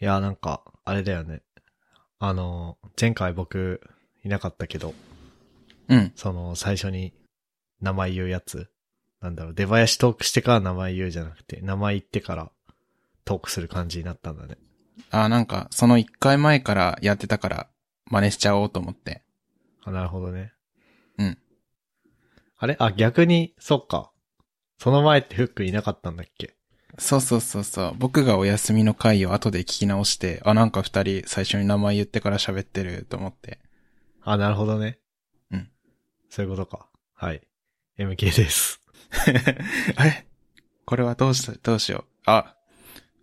いや、なんか、あれだよね。あの、前回僕、いなかったけど、うん。その、最初に、名前言うやつ。なんだろう、出囃子トークしてから名前言うじゃなくて、名前言ってから、トークする感じになったんだね。あ、なんか、その一回前からやってたから、真似しちゃおうと思って。あ、なるほどね。うん。あれあ、逆に、そっか。その前ってフックいなかったんだっけそうそうそうそう。僕がお休みの回を後で聞き直して、あ、なんか二人最初に名前言ってから喋ってると思って。あ、なるほどね。うん。そういうことか。はい。MK です。あれこれはどうした、どうしよう。あ、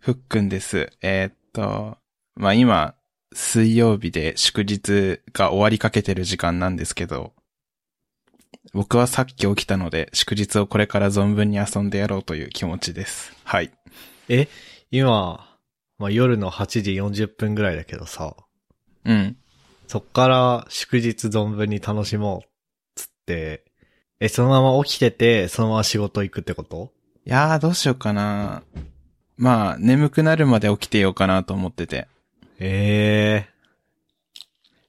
ふっくんです。えーっと、まあ、今、水曜日で祝日が終わりかけてる時間なんですけど、僕はさっき起きたので、祝日をこれから存分に遊んでやろうという気持ちです。はい。今、まあ、夜の8時40分ぐらいだけどさ、うん。そっから祝日存分に楽しもう、つって、え、そのまま起きてて、そのまま仕事行くってこといやー、どうしようかな。まあ、眠くなるまで起きてようかなと思ってて。ええ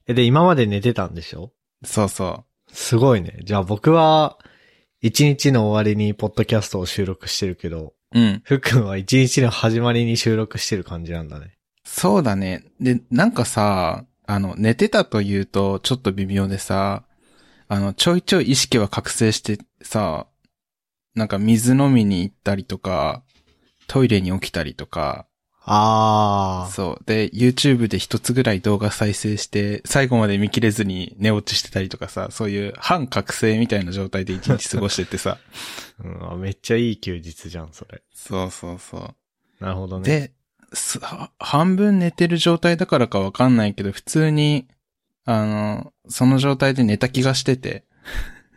え、で、今まで寝てたんでしょそうそすごいね。じゃあ僕は、一日の終わりにポッドキャストを収録してるけど、う。うん。ふっくんは一日の始まりに収録してる感じなんだね。そうだね。で、なんかさ、あの、寝てたと言うとちょっと微妙でさ、あの、ちょいちょい意識は覚醒してさ、なんか水飲みに行ったりとか、トイレに起きたりとか、あー。そう。で、YouTube で一つぐらい動画再生して、最後まで見切れずに寝落ちしてたりとかさ、そういう反覚醒みたいな状態で一日過ごしてってさ。うんあ、めっちゃいい休日じゃん、それ。そうそうそう。なるほどね。で、すは半分寝てる状態だからかわかんないけど、普通に、あの、その状態で寝た気がしてて、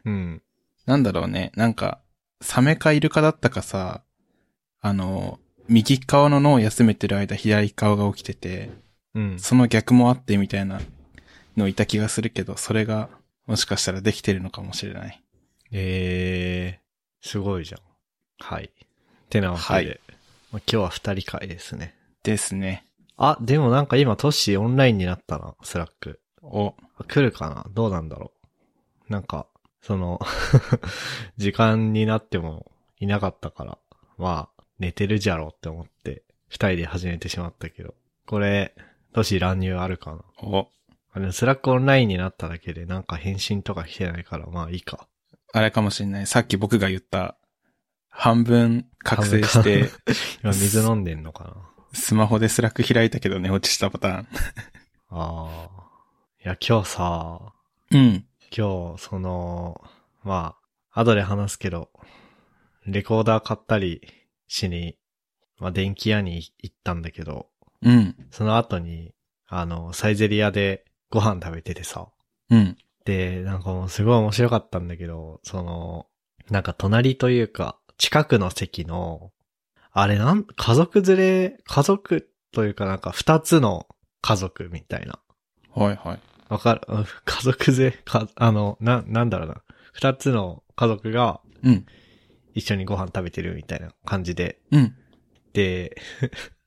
うん。なんだろうね、なんか、サメかイルカだったかさ、あの、右側の脳を休めてる間、左側が起きてて、うん。その逆もあってみたいなのいた気がするけど、それが、もしかしたらできてるのかもしれない。えー、すごいじゃん。はい。てなわけで。はいまあ、今日は二人会ですね。ですね。あ、でもなんか今トッシーオンラインになったな、スラック。お、あ来るかなどうなんだろうなんか、その、 時間になってもいなかったから、まあ、寝てるじゃろうって思って、二人で始めてしまったけど。これ、トッシー乱入あるかなお、あれ、スラックオンラインになっただけでなんか返信とか来てないから、まあいいか。あれかもしれない。さっき僕が言った、半分覚醒し半て分、今水飲んでんのかなスマホでスラック開いたけど寝落ちしたパターン。ああ。いや、今日さ、うん。今日、その、まあ、後で話すけど、レコーダー買ったりしに、まあ、電気屋に行ったんだけど、うん。その後に、あの、サイゼリアでご飯食べててさ、うん。で、なんかもうすごい面白かったんだけど、その、なんか隣というか、近くの席の、あれなん、家族連れ、家族というかなんか二つの家族みたいな。はいはい。わかる、 うん家族で、か、あの、な、なんだろうな。二つの家族がうん。一緒にご飯食べてるみたいな感じで。うん。で、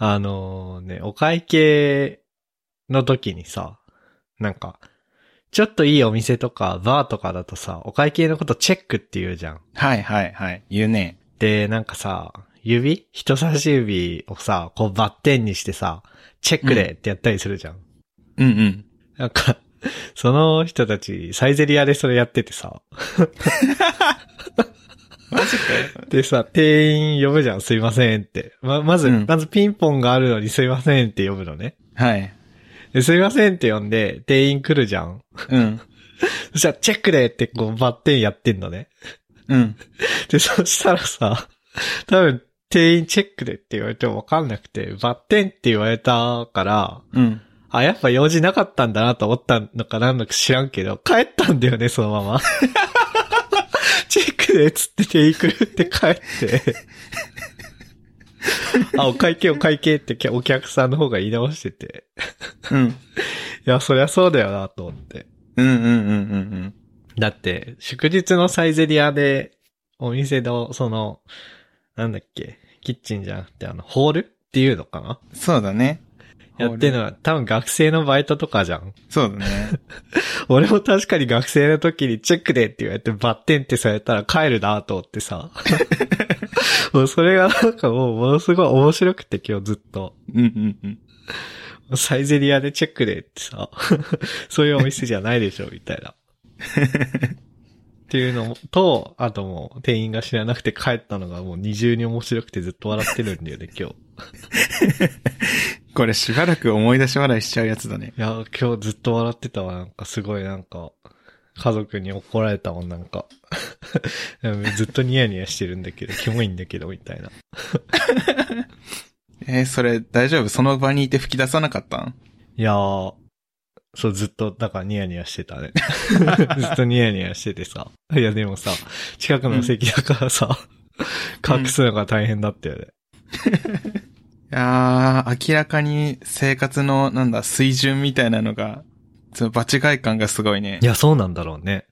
あのね、お会計の時にさ、なんか、ちょっといいお店とか、バーとかだとさ、お会計のことチェックって言うじゃん。はいはいはい。言うね。で、なんかさ、指人差し指をさ、こうバッテンにしてさ、チェックでってやったりするじゃん。うんうん。なんか、その人たち、サイゼリアでそれやっててさ。マジかよ。でさ、店員呼ぶじゃん、すいませんって。ま、まず、うんまずピンポンがあるのにすいませんって呼ぶのね。 はい。ですいませんって呼んで、店員来るじゃん。うん。そしたら、チェックでってこう、バッテンやってんのね。うん。で、そしたらさ、多分、店員チェックでって言われてもわかんなくて、バッテンって言われたから、うん。あ、やっぱ用事なかったんだなと思ったのかなんのか知らんけど、帰ったんだよね、そのま ま。チェックでっつってテイクって帰って。 あ、お会計お会計ってお客さんの方が言い直してて。うん。いや、そりゃそうだよなと思って。うんうんうんうんだって、祝日のサイゼリアで、お店の、その、なんだっけ、キッチンじゃなくて、あの、ホールっていうのかなそうだね。やってるのは多分学生のバイトとかじゃん。そうだね。俺も確かに学生の時にチェックでって言われてバッテンってされたら帰るなと思ってさ。もうそれがなんかもうものすごい面白くて今日ずっと。 うんうんうん。サイゼリアでチェックでってさ。そういうお店じゃないでしょ、みたいな。っていうのと、あともう店員が知らなくて帰ったのがもう二重に面白くてずっと笑ってるんだよね、今日。これしばらく思い出し笑いしちゃうやつだね。いや、今日ずっと笑ってたわ。なんかすごいなんか、家族に怒られたもん、なんか。 ずっとニヤニヤしてるんだけど、キモいんだけど、みたいな。えーそれ大丈夫その場にいて吹き出さなかったんいやー、そう、ずっと、だからニヤニヤしてたね。 ずっとニヤニヤしててさ。いや、でもさ、近くの席だからさ、隠すのが大変だったよね。いやー、明らかに生活の、なんだ、水準みたいなのが、その場違い感がすごいねい。や、そうなんだろうね。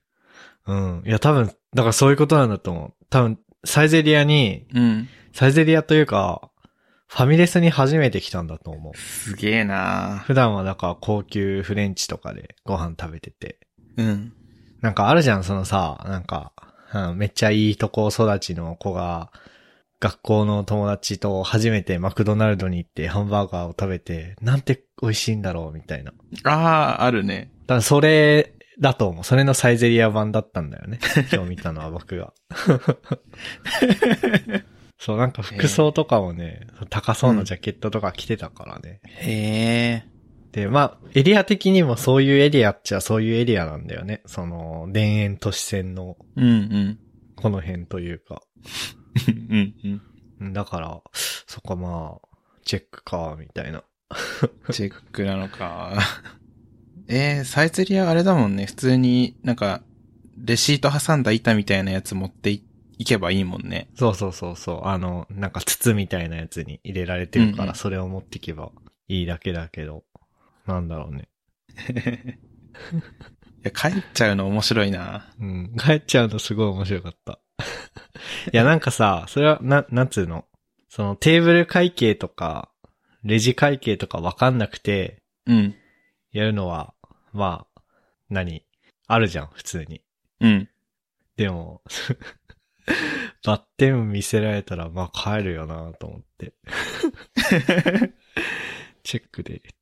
うん。いや、多分、だからそういうことなんだと思う。多分、サイゼリアにうん。サイゼリアというか、ファミレスに初めて来たんだと思う。すげえな普段はだから高級フレンチとかでご飯食べてて。うん。なんかあるじゃん、そのさ、なんか、うんめっちゃいいとこ育ちの子が、学校の友達と初めてマクドナルドに行ってハンバーガーを食べて、なんて美味しいんだろう、みたいな。だあー、あるね。からそれだと思う。それのサイゼリア版だったんだよね。今日見たのは僕が。 そう、なんか服装とかもね、高そうなジャケットとか着てたからね。へえ。で、まあ、エリア的にもそういうエリアっちゃそういうエリアなんだよね。その、田園都市線のうんうん。この辺というか。うんうん。だから、そこまあ、チェックか、みたいな。チェックなのか。えー、サイゼリアあれだもんね。普通になんか、レシート挟んだ板みたいなやつ持っていいけばいいもんね。そうそうそうそう。あの、なんか筒みたいなやつに入れられてるかうんうら、んそれを持ってけばいいだけだけど、なんだろうね。いや、帰っちゃうの面白いな。うん。帰っちゃうのすごい面白か った。いや、なんかさ、それは、な、なんつうの。そのテーブル会計とか、レジ会計とかわかんなくて、うん。やるのは、まあ、何あるじゃん、普通に。うん。でも、 バッテン見せられたら、まあ帰るよなと思って。 チェックでっていう。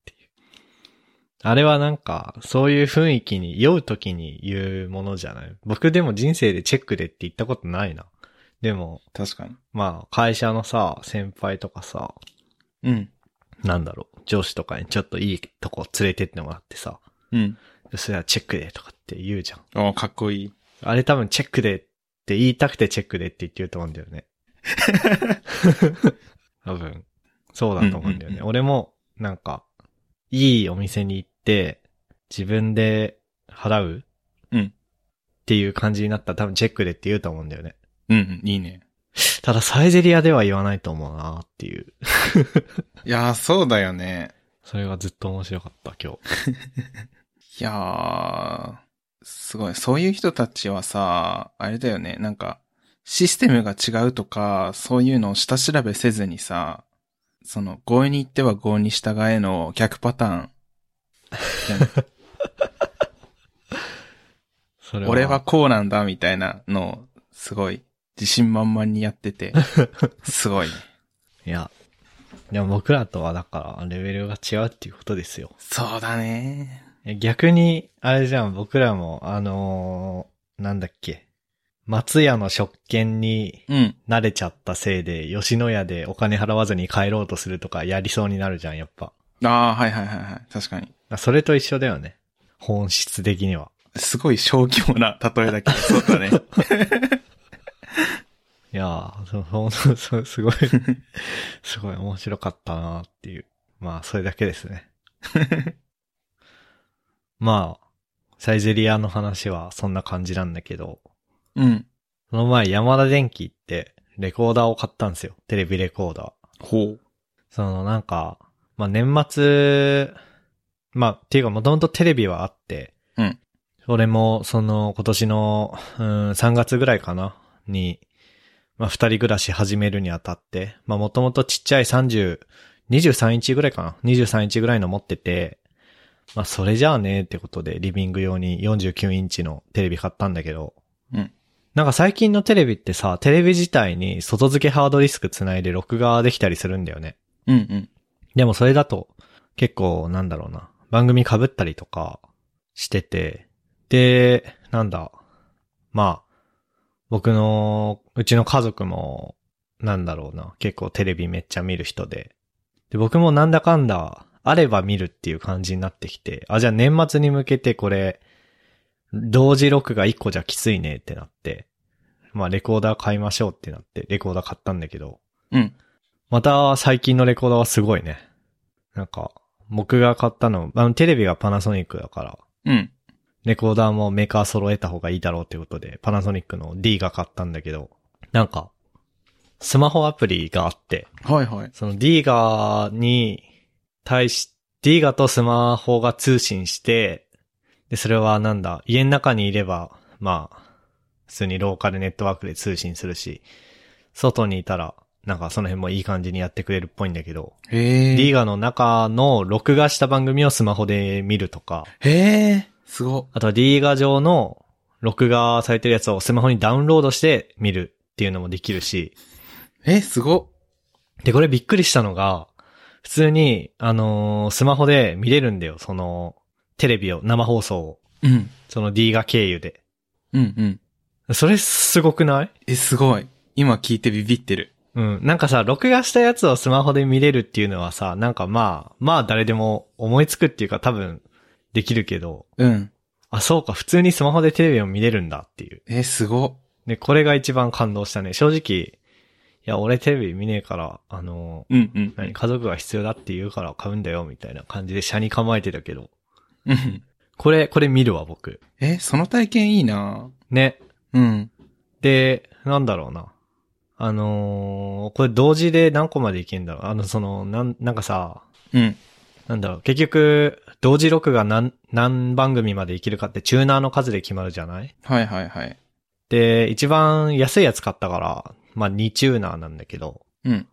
あれはなんか、そういう雰囲気に酔う時に言うものじゃない僕でも人生でチェックでって言ったことないな。でも、確かに。まあ、会社のさ、先輩とかさ、うん。なんだろう、上司とかにちょっといいとこ連れてってもらってさ、うん。それはチェックでとかって言うじゃん。おーかっこいい。あれ多分チェックでって言いたくてチェックでって言ってると思うんだよ ね。多分。そうだと思うんだよね。うんうんうん俺も、なんか、いいお店に行って、自分で払ううんっていう感じになったら多分チェックでって言うと思うんだよね。うんうん、いいね。ただサイゼリアでは言わないと思うなっていう。いやー、そうだよね。それがずっと面白かった、今日。いやー、すごい。そういう人たちはさ、あれだよね。なんか、システムが違うとか、そういうのを下調べせずにさ、その、合意に行っては合意に従えの逆パター ン。それは。俺はこうなんだ、みたいなのを、すごい、自信満々にやってて、 すごいね。いや。でも僕らとはだから、レベルが違うっていうことですよ。そうだね。え逆に、あれじゃん、僕らも、あのーなんだっけ。松屋の食券にうん。慣れちゃったせいで、吉野家でお金払わずに帰ろうとするとかやりそうになるじゃん、やっぱ。あー、はいはいはいはい。確かに。あそれと一緒だよね。本質的には。すごい小規模な例えだけど、そうだ ね。いやー、そほんとそうすごい、すごい面白かったなっていう。まあ、それだけですね。まあ、サイゼリアの話はそんな感じなんだけど、うん。その前、山田電機って、レコーダーを買ったんですよ。テレビレコーダー。ほう。その、なんか、まあ、年末、まあ、っていうか、もともとテレビはあって、うん。それも、その、今年の、うん、3月ぐらいかな、に、まあ、二人暮らし始めるにあたって、まあ、もともとちっちゃい30、23インチぐらいかな ?23 インチぐらいの持ってて、まあ、それじゃあねってことで、リビング用に49インチのテレビ買ったんだけど、うん。なんか最近のテレビってさ、テレビ自体に外付けハードディスクつないで録画できたりするんだよね。うんうん。でもそれだと結構なんだろうな。番組被ったりとかしてて。で、なんだ。まあ、僕の、うちの家族も、なんだろうな。結構テレビめっちゃ見る人で。で、僕もなんだかんだ、あれば見るっていう感じになってきて、あ、じゃあ年末に向けてこれ、同時録画1個じゃきついねってなって、まあレコーダー買いましょうってなって、レコーダー買ったんだけど、うん。また最近のレコーダーはすごいね。なんか、僕が買ったの、あのテレビがパナソニックだから、うん。レコーダーもメーカー揃えた方がいいだろうってことで、パナソニックの D が買ったんだけど、なんか、スマホアプリがあって、はいはい。その D ガに対し、D ガとスマホが通信して、で、それはなんだ、家の中にいれば、まあ、普通にローカルネットワークで通信するし、外にいたら、なんかその辺もいい感じにやってくれるっぽいんだけど、へえ。 D ガの中の録画した番組をスマホで見るとか、へえ。すご。あとは D ガ上の録画されてるやつをスマホにダウンロードして見るっていうのもできるし、え、すご。で、これびっくりしたのが、普通に、あのースマホで見れるんだよ。その、テレビを、生放送を。うん。その D が経由で。うんうん。それすごくないえ、すごい。今聞いてビビってる。うん。なんかさ、録画したやつをスマホで見れるっていうのはさ、なんかまあ、まあ誰でも思いつくっていうか多分、できるけど、うん。あ、そうか、普通にスマホでテレビを見れるんだっていう。え、すご。で、これが一番感動したね。正直、いや、俺テレビ見ねえから、あのーうんうん。何家族が必要だって言うから買うんだよ、みたいな感じで車に構えてたけど。うん。これ、これ見るわ、僕。え、その体験いいなね。うん。で、なんだろうな。あのーこれ同時で何個までいけんだろう。あの、その、なん、なんかさ、うん。なんだろう。結局、同時録画何、何番組までいけるかってチューナーの数で決まるじゃないはいはいはい。で、一番安いやつ買ったから、まあ2チューナーなんだけど、うん。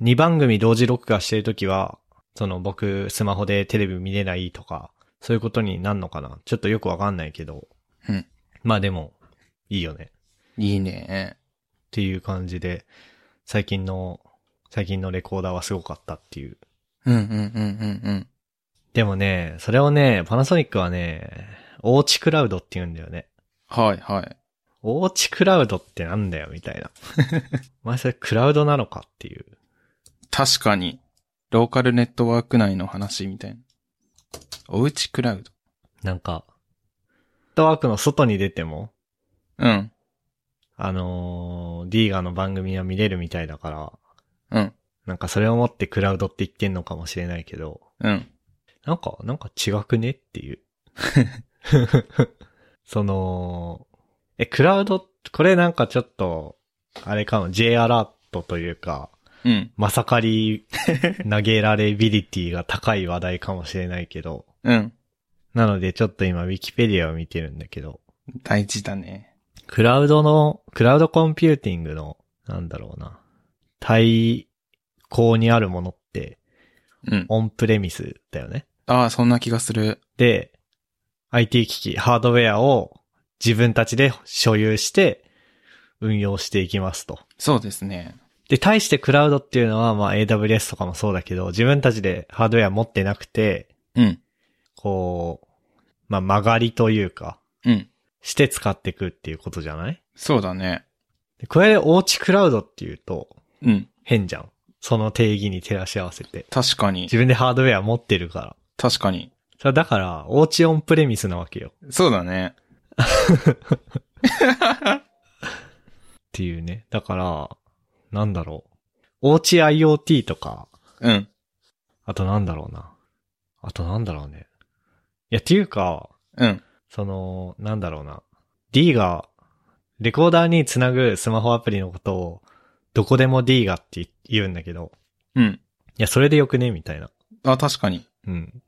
2番組同時録画してるときは、その僕スマホでテレビ見れないとか、そういうことになんのかなちょっとよくわかんないけど。うんまあでも、いいよね。っいいね。ていう感じで、最近の、最近のレコーダーはすごかったっていう。うんうんうんうんうん。でもね、それをね、パナソニックはね、オーチクラウドって言うんだよね。はいはい。オーチクラウドってなんだよ、みたいな。 お前それクラウドなのかっていう。確かに、ローカルネットワーク内の話みたいな。おうちクラウド。なんか、ネットワークの外に出ても、うん。あのー、ディーガーの番組は見れるみたいだから、うん。なんかそれをもってクラウドって言ってんのかもしれないけど、うん。なんか、なんか違くねっていう。 その、え、クラウド、これなんかちょっと、あれかも、J アラートというか、うん。まさかり投げられビリティが高い話題かもしれないけど、うん。なのでちょっと今ウィキペディアを見てるんだけど、大事だね。クラウドの、クラウドコンピューティングの、なんだろうな、対抗にあるものって、うん。オンプレミスだよね。ああ、そんな気がする。で、IT 機器、ハードウェアを自分たちで所有して、運用していきますと。そうですね。で、対してクラウドっていうのは、まあ AWS とかもそうだけど、自分たちでハードウェア持ってなくて、うん。こう、まあ曲がりというか、うん。して使っていくっていうことじゃないそうだね。でこれ、おうちクラウドっていうと、うん。変じゃん。その定義に照らし合わせて。確かに自。分でハードウェア持ってるから。確かに。それだから、おうちオンプレミスなわけよ。っそうだね。ていうね。だから、なんだろう。おうち IoT とか、うん。あとなんだろうな。あとなんだろうね。いや、っていうか、うん。その、なんだろうな。D が、レコーダーにつなぐスマホアプリのことを、どこでも D がって言うんだけど、うん。いや、それでよくねみたいな。あ、確かに。うん。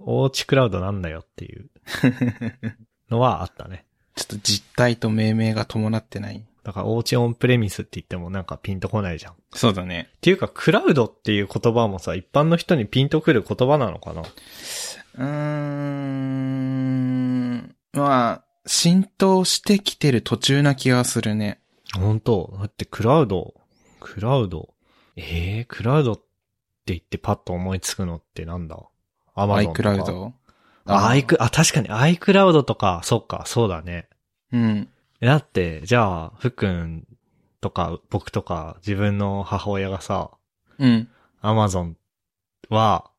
おうちクラウドなんだよっていうちょっのはあったね。と実態と命名が伴ってない。だからおうちオンプレミスって言ってもなんかピンとこないじゃん。っそうだね。ていうか、クラウドっていう言葉もさ、一般の人にピンとくる言葉なのかなうーん。まあ、浸透してきてる途中な気がするね。本当だってクラウド、クラウド、えー、クラウドって言ってパッと思いつくのってなんだアマアゾンとイクか。ラウド。あ、アイク、あ、確かに、アイクラウドとか、そっか、そうだね。うん。えだって、じゃあ、ふっくんとか、僕とか、自分の母親がさ、うん。アマゾンは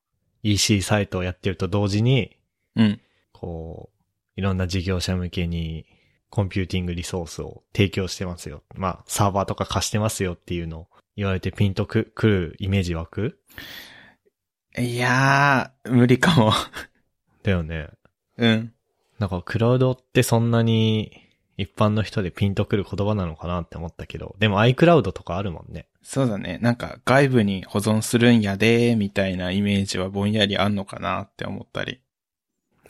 EC サイトをやってると同時に、うん。こう、いろんな事業者向けに、コンピューティングリソースを提供してますよ。まあ、サーバーとか貸してますよっていうのを言われてピンとく、くるイメージ湧くいやー、無理かも。だよね。うん。なんかクラウドってそんなに一般の人でピンとくる言葉なのかなって思ったけど、でも iCloud とかあるもんね。そうだね。なんか外部に保存するんやでー、みたいなイメージはぼんやりあんのかなって思ったり。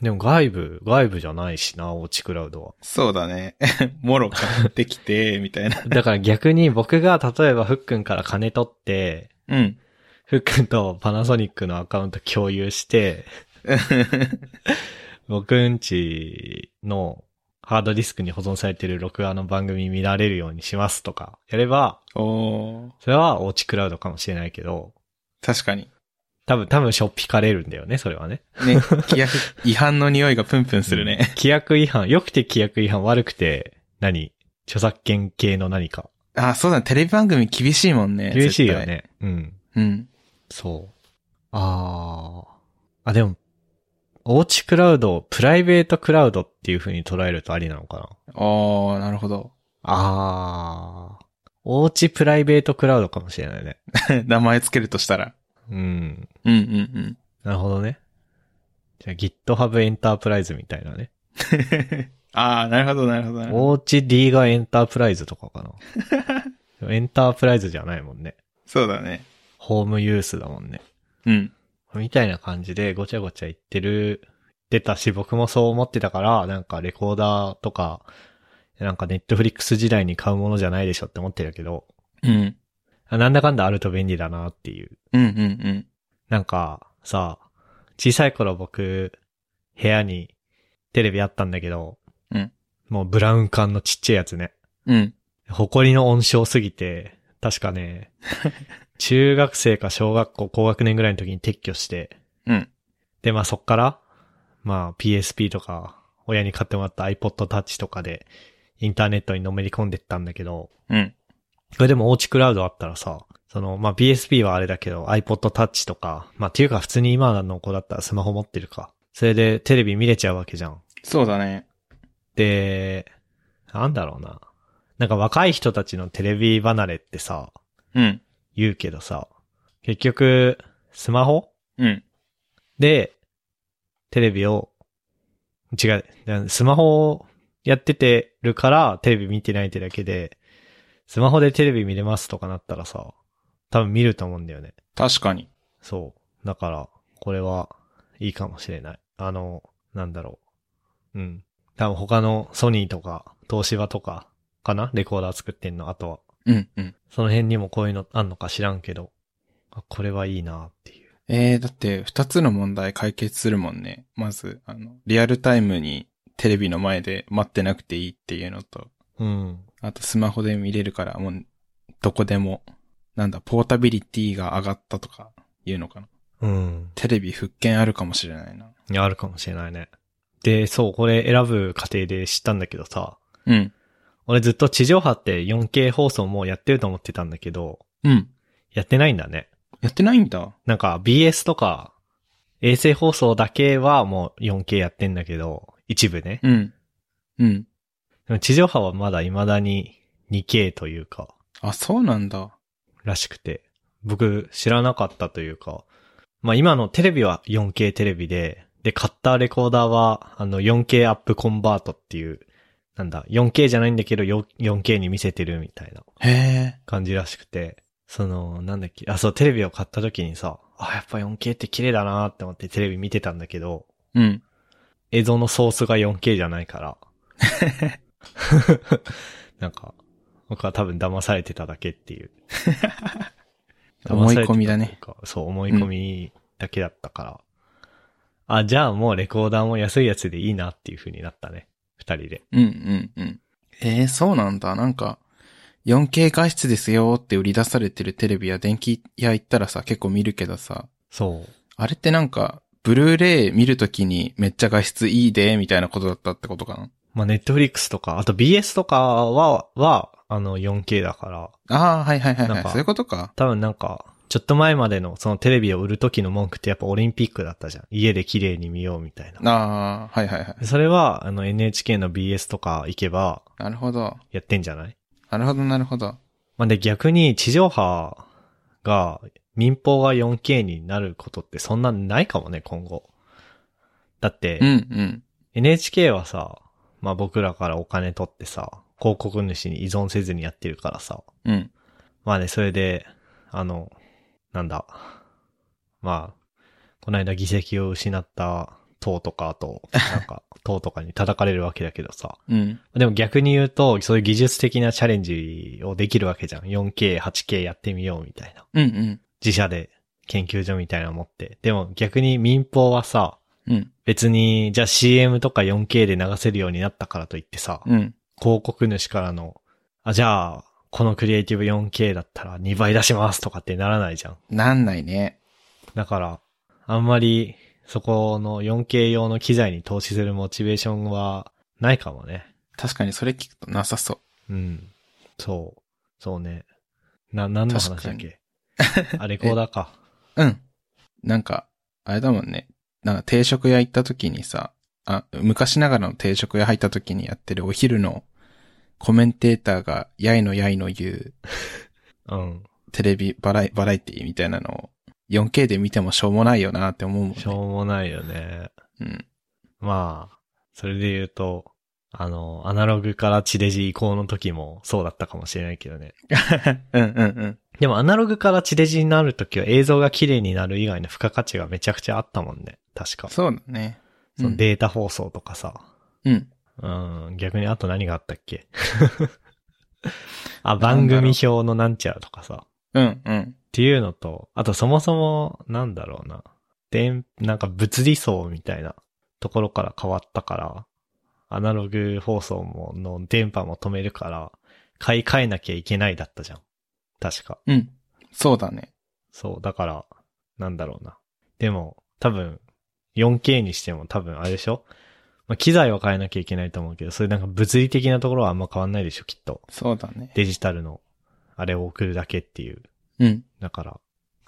でも外部、外部じゃないしな、おうちクラウドは。そうだね。 もろ買ってきてー、みたいな。だから逆に僕が例えばふっくんから金取って、うん。ふっくんとパナソニックのアカウント共有して、 僕んちのハードディスクに保存されてる録画の番組見られるようにしますとか、やれば、おー、それはおうちクラウドかもしれないけど、確かに。多分、多分しょっぴかれるんだよね、それはね。ね、規約、違反の匂いがプンプン するね。規約違反、良くて規約違反、悪くて何、著作権系の何か。あ、そうだ、テレビ番組厳しいもんね。厳しいよね。うん。絶対。うん。そう。あー。あ、でも、おうちクラウドをプライベートクラウドっていう風に捉えるとありなのかなおー、なるほど。 あー。おうちプライベートクラウドかもしれないね。名前つけるとしたら。うん。うんう んうん。なるほどね。じゃあ GitHub エンタープライズみたいなね。あー、なるほど、なるほどなるほど。おうち D がエンタープライズとか かな。でもエンタープライズじゃないもんね。そうだね。ホームユースだもんね。うん。みたいな感じでごちゃごちゃ言ってる、出たし、僕もそう思ってたから、なんかレコーダーとか、なんかネットフリックス時代に買うものじゃないでしょって思ってるけど、うん。あなんだかんだあると便利だなっていう。うんうんなんか、さ、小さい頃僕、部屋にテレビあったんだけど、うんもうブラウン管のちっちゃいやつね。うん。うん。埃の温床すぎて、確か ね、中学生か小学校高学年ぐらいの時に撤去して、うん。で、まあそっから、まあ PSP とか、親に買ってもらった iPod Touch とかで、インターネットにのめり込んでったんだけど、うん。これでもおうちクラウドあったらさ、その、まあ PSP はあれだけど iPod Touch とか、まあっていうか普通に今の子だったらスマホ持ってるか。それでテレビ見れちゃうわけじゃん。そうだね。で、なんだろうな。なんか若い人たちのテレビ離れってさ、うん。言うけどさ、結局、スマホうん。で、テレビを、違う、スマホをやっててるからテレビ見てないってだけで、スマホでテレビ見れますとかなったらさ、多分見ると思うんだよね。確かに。そう。だから、これはいいかもしれない。あの、なんだろう。うん。多分他のソニーとか、東芝とか、かなレコーダー作ってんの、あとは。うんうん。その辺にもこういうのあんのか知らんけど、あこれはいいなっていう。えー、だって二つの問題解決するもんね。まず、あの、リアルタイムにテレビの前で待ってなくていいっていうのと、うん。あとスマホで見れるから、もう、どこでも、なんだ、ポータビリティが上がったとか、いうのかな。うん。テレビ復権あるかもしれないな。いや、あるかもしれないね。で、そう、これ選ぶ過程で知ったんだけどさ、うん。俺ずっと地上波って 4K 放送もやってると思ってたんだけど、うん。やってないんだね。やってないんだ。なんか BS とか、衛星放送だけはもう 4K やってんだけど、一部ね。うん。うん。でも地上波はまだ未だに 2K というか、あ、そうなんだ。らしくて、僕知らなかったというか、まあ今のテレビは 4K テレビで、で、買ったレコーダーは、あの 4K アップコンバートっていう、なんだ、4K じゃないんだけどよ 4K に見せてるみたいなへえ。感じらしくて、その、なんだっけ、あ、そう、テレビを買った時にさ、あ、やっぱ 4K って綺麗だなって思ってテレビ見てたんだけど、うん。映像のソースが 4K じゃないから。なんか、僕は多分騙されてただけっていう。思い込みだね騙されてたというか。そう、思い込みだけだったから。あ、じゃあもうレコーダーも安いやつでいいなっていう風になったね。二人で。うんうんうん。えー、そうなんだ。なんか、4K 画質ですよって売り出されてるテレビや電気屋行ったらさ、結構見るけどさ、そう。あれってなんか、ブルーレイ見るときにめっちゃ画質いいで、みたいなことだったってことかなまあ、ネットフリックスとか、あと BS とかは、は、あの 4K だから、ああ、はいはいはい、なはんい。かそういうことか。多分なんか、ちょっと前までのそのテレビを売る時の文句ってやっぱオリンピックだったじゃん。家で綺麗に見ようみたいな。ああ、はいはいはい。それは、あの NHK の BS とか行けばなるほど。やってんじゃないなるほどなるほど。まあ、で逆に地上波が、民放が 4K になることってそんなないかもね、今後。だってうん、うん。 NHK はさ、まあ僕らからお金取ってさ、広告主に依存せずにやってるからさ。うん。まあね、それで、あの、なんだ。まあ、この間議席を失った党とかと、なんか、党とかに叩かれるわけだけどさ。うん。でも逆に言うと、そういう技術的なチャレンジをできるわけじゃん。4K、8K やってみようみたいな。うんうん。自社で研究所みたいなの持って。でも逆に民放はさ、うん。別に、じゃあ CM とか 4K で流せるようになったからといってさ、うん。広告主からの、あ、じゃあ、このクリエイティブ 4K だったら2倍出しますとかってならないじゃん。なんないね。だから、あんまり、そこの 4K 用の機材に投資するモチベーションはないかもね。確かにそれ聞くとなさそうん。そう。そうね。な、何の話だっけあ、レコーダーか。う。うん。なんか、あれだもんね。なんか定食屋行った時にさ、あ、昔ながらの定食屋入った時にやってるお昼のコメンテーターがやいのやいの言ううん。テレビバラエバラエティみたいなのを 4K で見てもしょうもないよなって思うもん、ね。しょうもないよね。うん。まあ、それで言うと、あの、アナログから地デジ移行の時もそうだったかもしれないけどね。うんうんうん。でもアナログから地デジになるときは映像が綺麗になる以外の付加価値がめちゃくちゃあったもんね。確か。そうだね。そのデータ放送とかさ。うん。うん、逆にあと何があったっけあ、番組表のなんちゃらとかさ。っうんうん。ていうのと、あとそもそも、なんだろうな。で、なんか物理層みたいなところから変わったから、アナログ放送も、の電波も止めるから、買い替えなきゃいけないだったじゃん。確か。うん。そうだね。そう、だから、なんだろうな。でも、多分、4K にしても多分あれでしょまあ、機材は変えなきゃいけないと思うけど、そういうなんか物理的なところはあんま変わんないでしょ、きっと。そうだね。デジタルの、あれを送るだけっていう。うん。だから、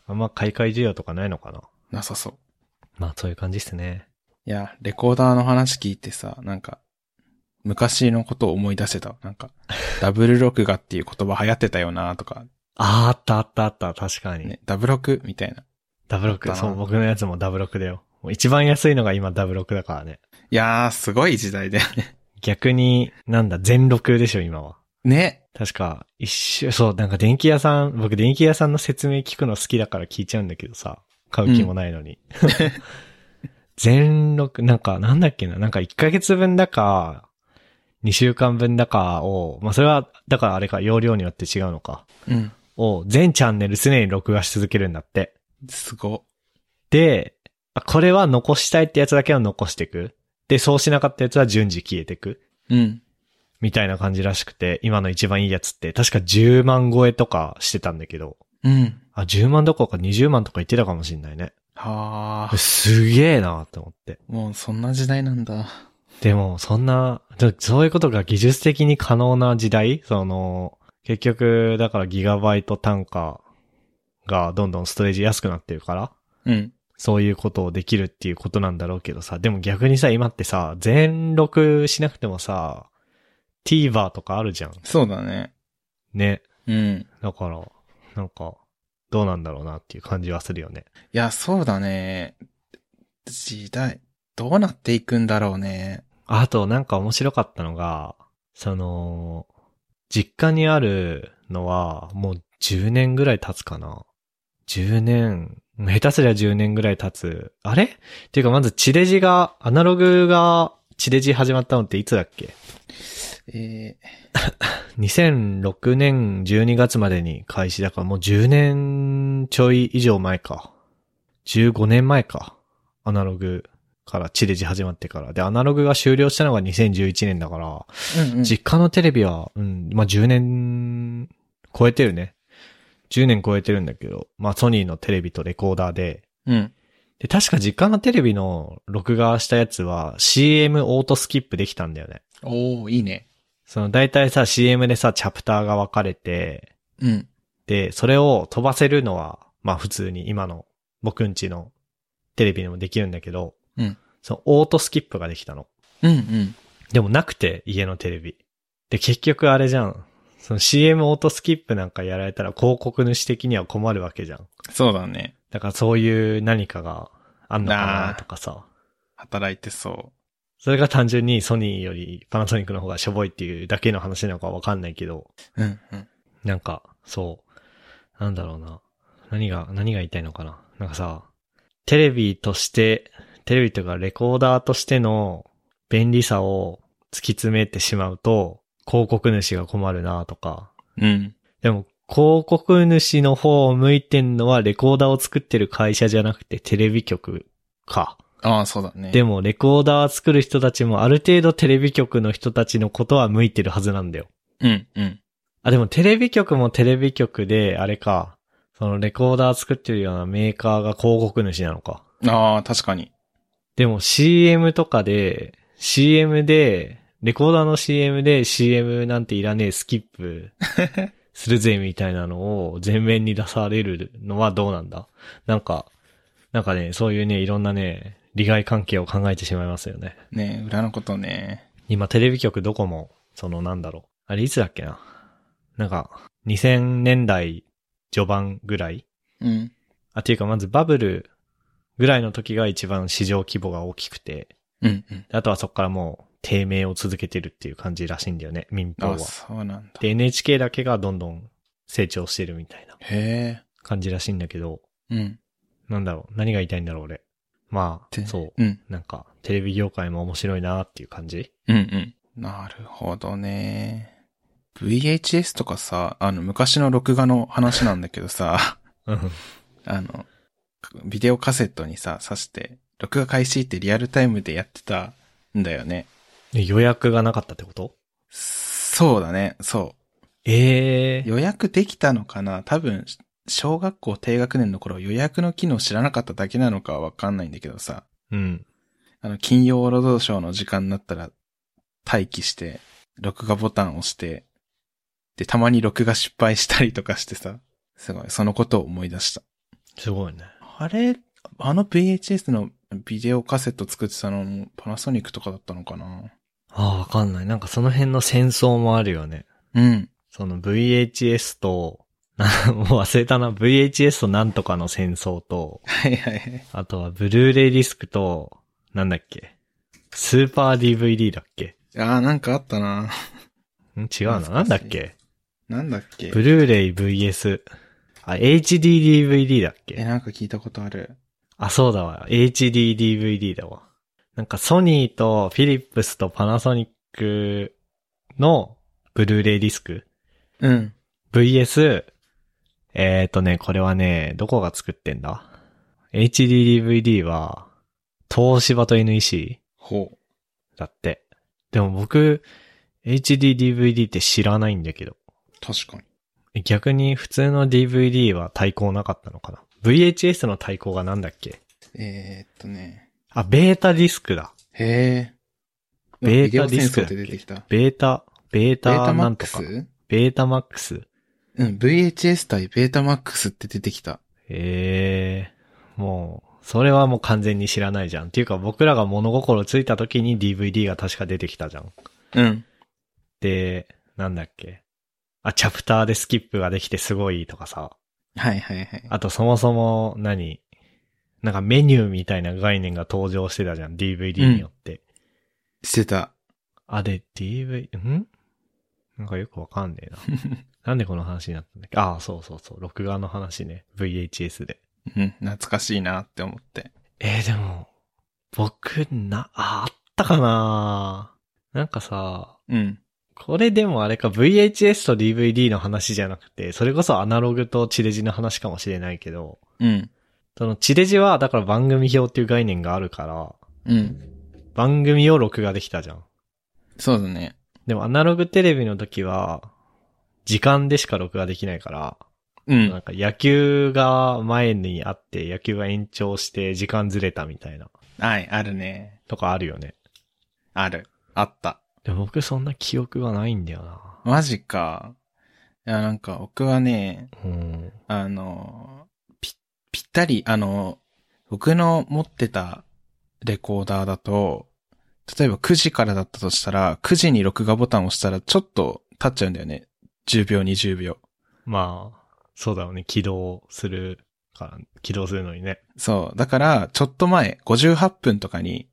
あんま買い替え需要とかないのかな。なさそう。まあ、そういう感じですね。いや、レコーダーの話聞いてさ、なんか、昔のことを思い出せた。なんか、ダブル録画っていう言葉流行ってたよなとか、あーあったあったあった、確かに。ね、ダブロクみたいな。ダブロあク、ったなそう、僕のやつもダブロクだよ。もう一番安いのが今ダブロクだからね。いやー、すごい時代だよね。逆に、なんだ、全録でしょ、今は。ね。 確か、一周、そう、なんか電気屋さん、僕電気屋さんの説明聞くの好きだから聞いちゃうんだけどさ、買う気もないのに。全録、なんか、なんだっけな、なんか1ヶ月分だか、2週間分だかを、まあ、それは、だからあれか、容量によって違うのか、うん。を全チャンネル常に録画し続けるんだって。すご。で、あこれは残したいってやつだけは残していく。で、そうしなかったやつは順次消えていく。うん。みたいな感じらしくて、今の一番いいやつって、確か10万超えとかしてたんだけど、うん。あ、10万どころか20万とか言ってたかもしんないね。はあー。すげえなって思って。もうそんな時代なんだ。でも、そんな、そそういうことが技術的に可能な時代その、結局、だからギガバイト単価がどんどんストレージ安くなってるから、うん。そういうことをできるっていうことなんだろうけどさ、でも逆にさ、今ってさ、全録しなくてもさ、TVer とかあるじゃん。そうだね。ね。うん。だから、なんか、どうなんだろうなっていう感じはするよね。いや、そうだね。時代、どうなっていくんだろうね。あと、なんか面白かったのが、その、実家にあるのは、もう10年ぐらい経つかな。10年、下手すりゃ10年ぐらい経つ。あれっていうか、まず地デジが、アナログが地デジ始まったのっていつだっけえー2006年12月までに開始だからもう10年ちょい以上前か。15年前か。アナログから、地デジ始まってから。で、アナログが終了したのが2011年だから、うんうん実家のテレビは、うん、まあ、10年超えてるね。10年超えてるんだけど、まあ、ソニーのテレビとレコーダーで、うん。で、確か実家のテレビの録画したやつは CM オートスキップできたんだよね。おー、いいね。その大体さ CM でさチャプターが分かれて、うん。で、それを飛ばせるのは、まあ普通に今の僕んちのテレビでもできるんだけど、うんそのオートスキップができたの。うんうん。でもなくて家のテレビ。で、結局あれじゃん。その CM オートスキップなんかやられたら広告主的には困るわけじゃん。そうだね。だからそういう何かがあんのかなとかさ。働いてそそれが単純にソニーよりパナソニックの方がしょぼいっていうだけの話なのかわかんないけど、う。うんうん。なんか、そう、なんだろうな。何が、何が言いたいのかな。なんかさ、テレビとして、テレビというかレコーダーとしての便利さを突き詰めてしまうと、広告主が困るなとか。うん。でも、広告主の方を向いてんのはレコーダーを作ってる会社じゃなくてテレビ局か。ああ、そうだね。でも、レコーダー作る人たちもある程度テレビ局の人たちのことは向いてるはずなんだよ。うんうん。あ、でもテレビ局もテレビ局で、あれか、そのレコーダー作ってるようなメーカーが広告主なのか。ああ、確かに。でも CM とかで、CM で、レコーダーの CM で CM なんていらねえスキップするぜみたいなのを前面に出されるのはどうなんだなんか、なんかね、そういうね、いろんなね、利害関係を考えてしまいますよね。ね裏のことね。今テレビ局どこも、そのなんだろう。あれいつだっけななんか、2000年代序盤ぐらいうん。あ、っていうかまずバブルぐらいの時が一番市場規模が大きくて、うんうん。あとはそこからもう低迷を続けてるっていう感じらしいんだよね、民放あはあ、。そうなんだ。で、NHK だけがどんどん成長してるみたいなへ感じらしいんだけど、え。うん。なんだろう、何が言いたいんだろう俺。まあ、てそう。うん。なんか、テレビ業界も面白いなっていう感じうんうん。なるほどね。VHS とかさ、あの、昔の録画の話なんだけどさ、 うん。あの、ビデオカセットにさ、挿して、録画開始ってリアルタイムでやってたんだよね。で予約がなかったってことそうだね、そう。ええ 予約できたのかな多分、小学校低学年の頃予約の機能知らなかっただけなのかはわかんないんだけどさ、うん。あの、金曜ロードショーの時間になったら、待機して、録画ボタンを押して、で、たまに録画失敗したりとかしてさ、すごい、そのことを思い出した。すごいね。あれ、あの VHS のビデオカセット作ってたのもパナソニックとかだったのかなああ、わかんない。なんかその辺の戦争もあるよね。うん。 その VHS と、なもう忘れたな、VHS となんとかの戦争と、はいはいはい。あとはブルーレイディスクと、なんだっけ、スーパー DVD だっけああ、なんかあったんな。違う懐かしな、いなんだっけなんだっけブルーレイ VS、あ、HDDVD だっえ、けなんか聞いたことある。あ、そうだわ、HDDVD だわ。なんかソニーとフィリップスとパナソニックのブルーレイディスクうん。 VS、えーとね、これはね、どこが作ってんだ ?HDDVD は、東芝と NEC ほう。だって。でも僕、HDDVD って知らないんだけど。確かに。逆に普通の DVD は対抗なかったのかな ?VHS の対抗がなんだっけえー、っとね。あ、ベータディスクだ。へえ。ベータディスクだっけビデオ戦争って出てきた。ベータ、ベーベータタマなッんクとスか。うん、ベータマックス。 VHS 対ベータマックスって出てきた。ええもう、それはもう完全に知らないじゃん。っていうか僕らが物心ついた時に DVD が確か出てきたじゃん。うん。で、なんだっけ。あ、チャプターでスキップができてすごいとかさ。はいはいはい。あとそもそも何、なんかメニューみたいな概念が登場してたじゃん。DVD によって。して た。あ、で、DV、んなんかよくわかんねえな。なんでこの話になったんだっけああ、そうそうそう。録画の話ね。VHS で。うん。懐かしいなって思って。えー、でも、僕、な、ああったかななんかさ、うん。これでもあれか、VHS と DVD の話じゃなくて、それこそアナログと地デジの話かもしれないけど、うん。その地デジは、だから番組表っていう概念があるから、うん。番組を録画できたじゃん。そうだね。でもアナログテレビの時は、時間でしか録画できないから、うなんん。か野球が前にあって、野球が延長して時間ずれたみたいな、はい、あるね。とかあるよね。ある。あった。でも僕そんな記憶がないんだよな。マジか。いや、なんか僕はね、うん。あの、ぴ、ぴったり、あの、僕の持ってたレコーダーだと、例えば9時からだったとしたら、9時に録画ボタンを押したらちょっと経っちゃうんだよね。10秒、20秒。まあ、そうだよね。起動するから、起動するのにね。そう。だから、ちょっと前、58分とかに、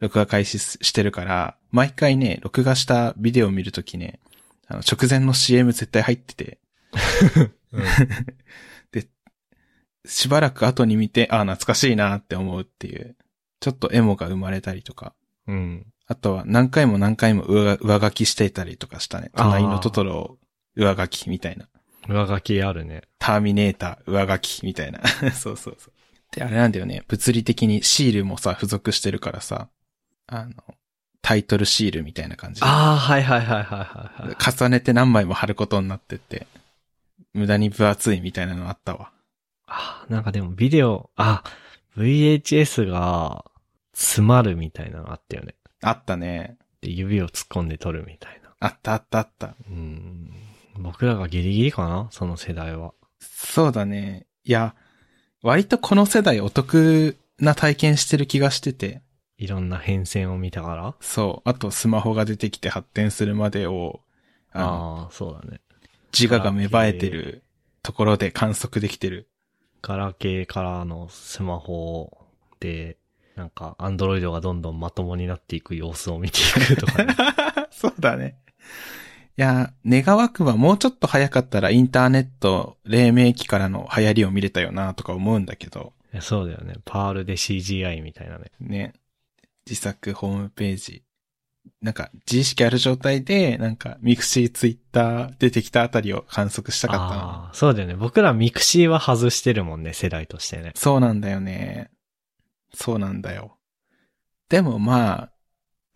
録画開始すしてるから、毎回ね、録画したビデオを見るときね、あの、直前の CM 絶対入ってて、うん で、しばらく後に見て、ああ、懐かしいなって思うっていう、ちょっとエモが生まれたりとか、うん。あとは何回も何回も上上書きしていたりとかしたね。あー隣のトトロを上書きみたいな。上書きあるね。ターミネーター、上書きみたいな。 そうそうそう。で、あれなんだよね。物理的にシールもさ、付属してるからさ、あの、タイトルシールみたいな感じで。ああ、はいはいはいはいはい、はい。重ねて何枚も貼ることになってって、無駄に分厚いみたいなのあったわ。あーなんかでもビデオ、あ、VHS が詰まるみたいなのあったよね。あったね。で指を突っ込んで撮るみたいな。あったあったあった。うん。僕らがギリギリかなその世代は。そうだね。いや、割とこの世代お得な体験してる気がしてて、いろんな変遷を見たから。そう。あとスマホが出てきて発展するまでを、あのああー、そうだね。自我が芽生えてるところで観測できてる。ガラケーからのスマホで、なんか、アンドロイドがどんどんまともになっていく様子を見ていくとかね、 そうだね。いや、願わくはもうちょっと早かったらインターネット、黎明期からの流行りを見れたよなとか思うんだけど、いやそうだよね。パールで CGI みたいなね。ね。自作ホームページ。なんか、自意識ある状態で、なんか、ミクシー、ツイッター出てきたあたりを観測したかったな。ああー、そうだよね。僕らミクシーは外してるもんね、世代としてね。そうなんだよね。そうなんだよ。でもまあ、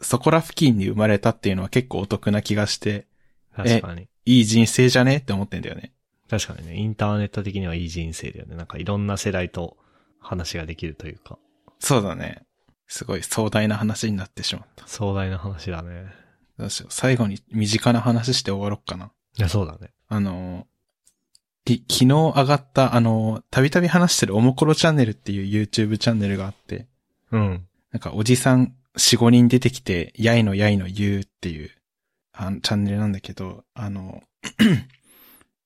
そこら付近に生まれたっていうのは結構お得な気がして、確かに。いい人生じゃねって思ってんだよね。確かにね、インターネット的にはいい人生だよね。なんかいろんな世代と話ができるというか、そうだね。すごい壮大な話になってしまった。壮大な話だね。どうしよう。最後に身近な話して終わろっかな。いや、そうだね。あの、き昨日上がった、あの、たびたび話してるおもころチャンネルっていう YouTube チャンネルがあって、うん。なんかおじさん4、5人出てきて、やいのやいの言うっていう、あのチャンネルなんだけど、あの、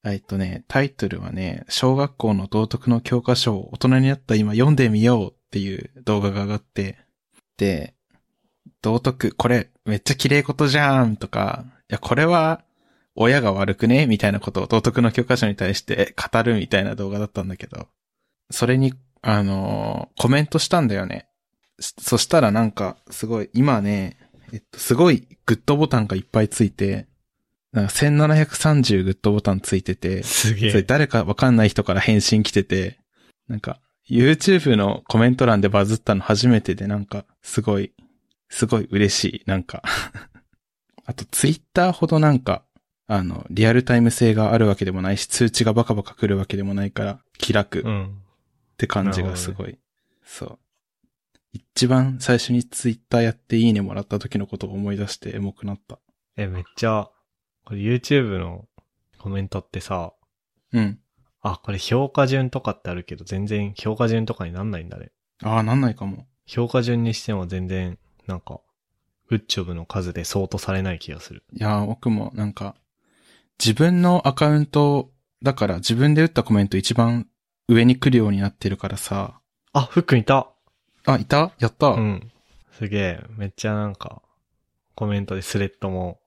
えっとね、タイトルはね、小学校の道徳の教科書を大人になった今読んでみようっていう動画が上がって、で、道徳、これめっちゃ綺麗事じゃんとか、いや、これは親が悪くねみたいなことを道徳の教科書に対して語るみたいな動画だったんだけど、それに、あのコメントしたんだよね。そそしたらなんか、すごい、今ね、えっと、すごいグッドボタンがいっぱいついて、なんか1730グッドボタンついてて、すげそれえ。誰かわかんない人から返信来てて、なんか、YouTube のコメント欄でバズったの初めてで、なんか、すごい、すごい嬉しい、なんか。 あと、Twitter ほどなんか、あの、リアルタイム性があるわけでもないし、通知がバカバカ来るわけでもないから、気楽うっん。て感じがすごい。そう。一番最初に Twitter やっていいねもらった時のことを思い出してエモくなった。え、めっちゃ、これ YouTube のコメントってさ、うん。あ、これ評価順とかってあるけど、全然評価順とかになんないんだね。ああ、なんないかも。評価順にしても全然、なんか、グッジョブの数で相当されない気がする。いやー、僕もなんか、自分のアカウント、だから自分で打ったコメント一番上に来るようになってるからさ。あ、フックンいたあ、いたやった、うん。すげえ、めっちゃなんか、コメントでスレッドも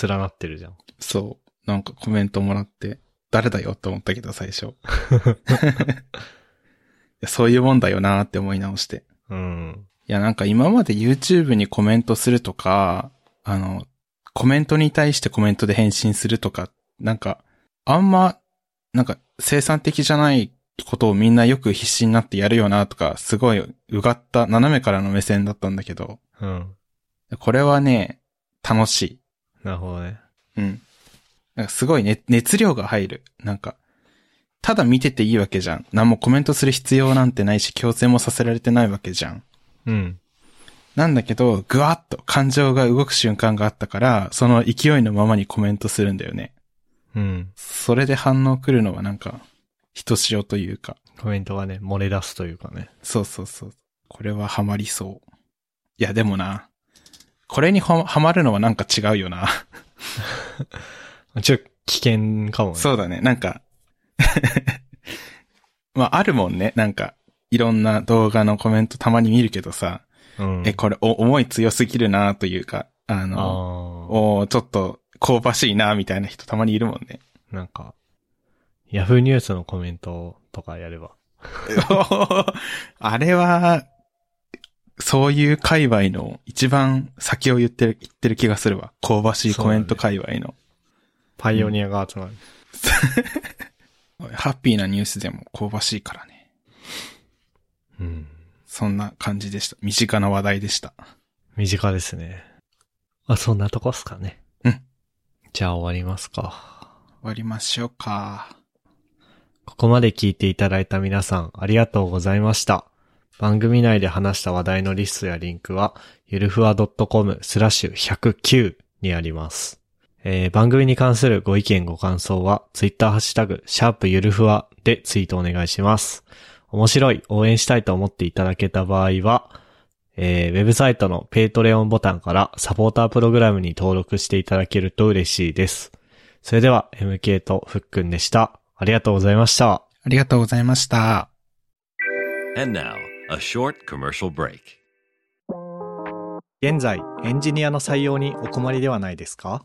連なってるじゃん。そう。なんかコメントもらって、誰だよって思ったけど最 初。いやそういうもんだよなーって思い直して。うん。いや、なんか今まで YouTube にコメントするとか、あの、コメントに対してコメントで返信するとか、なんか、あんま、なんか、生産的じゃないことをみんなよく必死になってやるよなとか、すごい、うがった斜めからの目線だったんだけど、うん。これはね、楽しい。なるほどね。うん。なんかすごい、ね、熱量が入る。なんか、ただ見てていいわけじゃん。何もコメントする必要なんてないし、強制もさせられてないわけじゃん。うん。なんだけど、ぐわっと感情が動く瞬間があったから、その勢いのままにコメントするんだよね。うん。それで反応来るのはなんか、ひとしおというか。コメントがね、漏れ出すというかね。そうそうそう。これはハマりそう。いや、でもな。これにはハマるのはなんか違うよな。ちょ、危険かもね。そうだね。なんか、まあ、あるもんね。なんか、いろんな動画のコメントたまに見るけどさ、う。うん。え、これ、お、思い強すぎるなというか、ああの、ーおーちょっと、香ばしいなみたいな人たまにいるもんね。 なんか、ヤフーニュースのコメントとかやれば。あれは、そういう界隈の一番先を言ってる、言ってる気がするわ。香ばしいコメント界隈の。パイオニアが集まる。ハッピーなニュースでも香ばしいからね。うん。そんな感じでした。身近な話題でした。身近ですね。あ、そんなとこっすかね。うん。じゃあ終わりますか。終わりましょうか。ここまで聞いていただいた皆さん、ありがとうございました。番組内で話した話題のリストやリンクは、ゆるふわ .com スラッシュ109にあります。えー番組に関するご意見ご感想は、ツイッターハッシュタグ、シャープゆるふわでツイートお願いします。面白い、応援したいと思っていただけた場合は、えーウェブサイトのペイトレオンボタンからサポータープログラムに登録していただけると嬉しいです。それでは、MK とふっくんでした。ありがとうございました。ありがとうございました。 And now, a short commercial break. 現在エンジニアの採用にお困りではないですか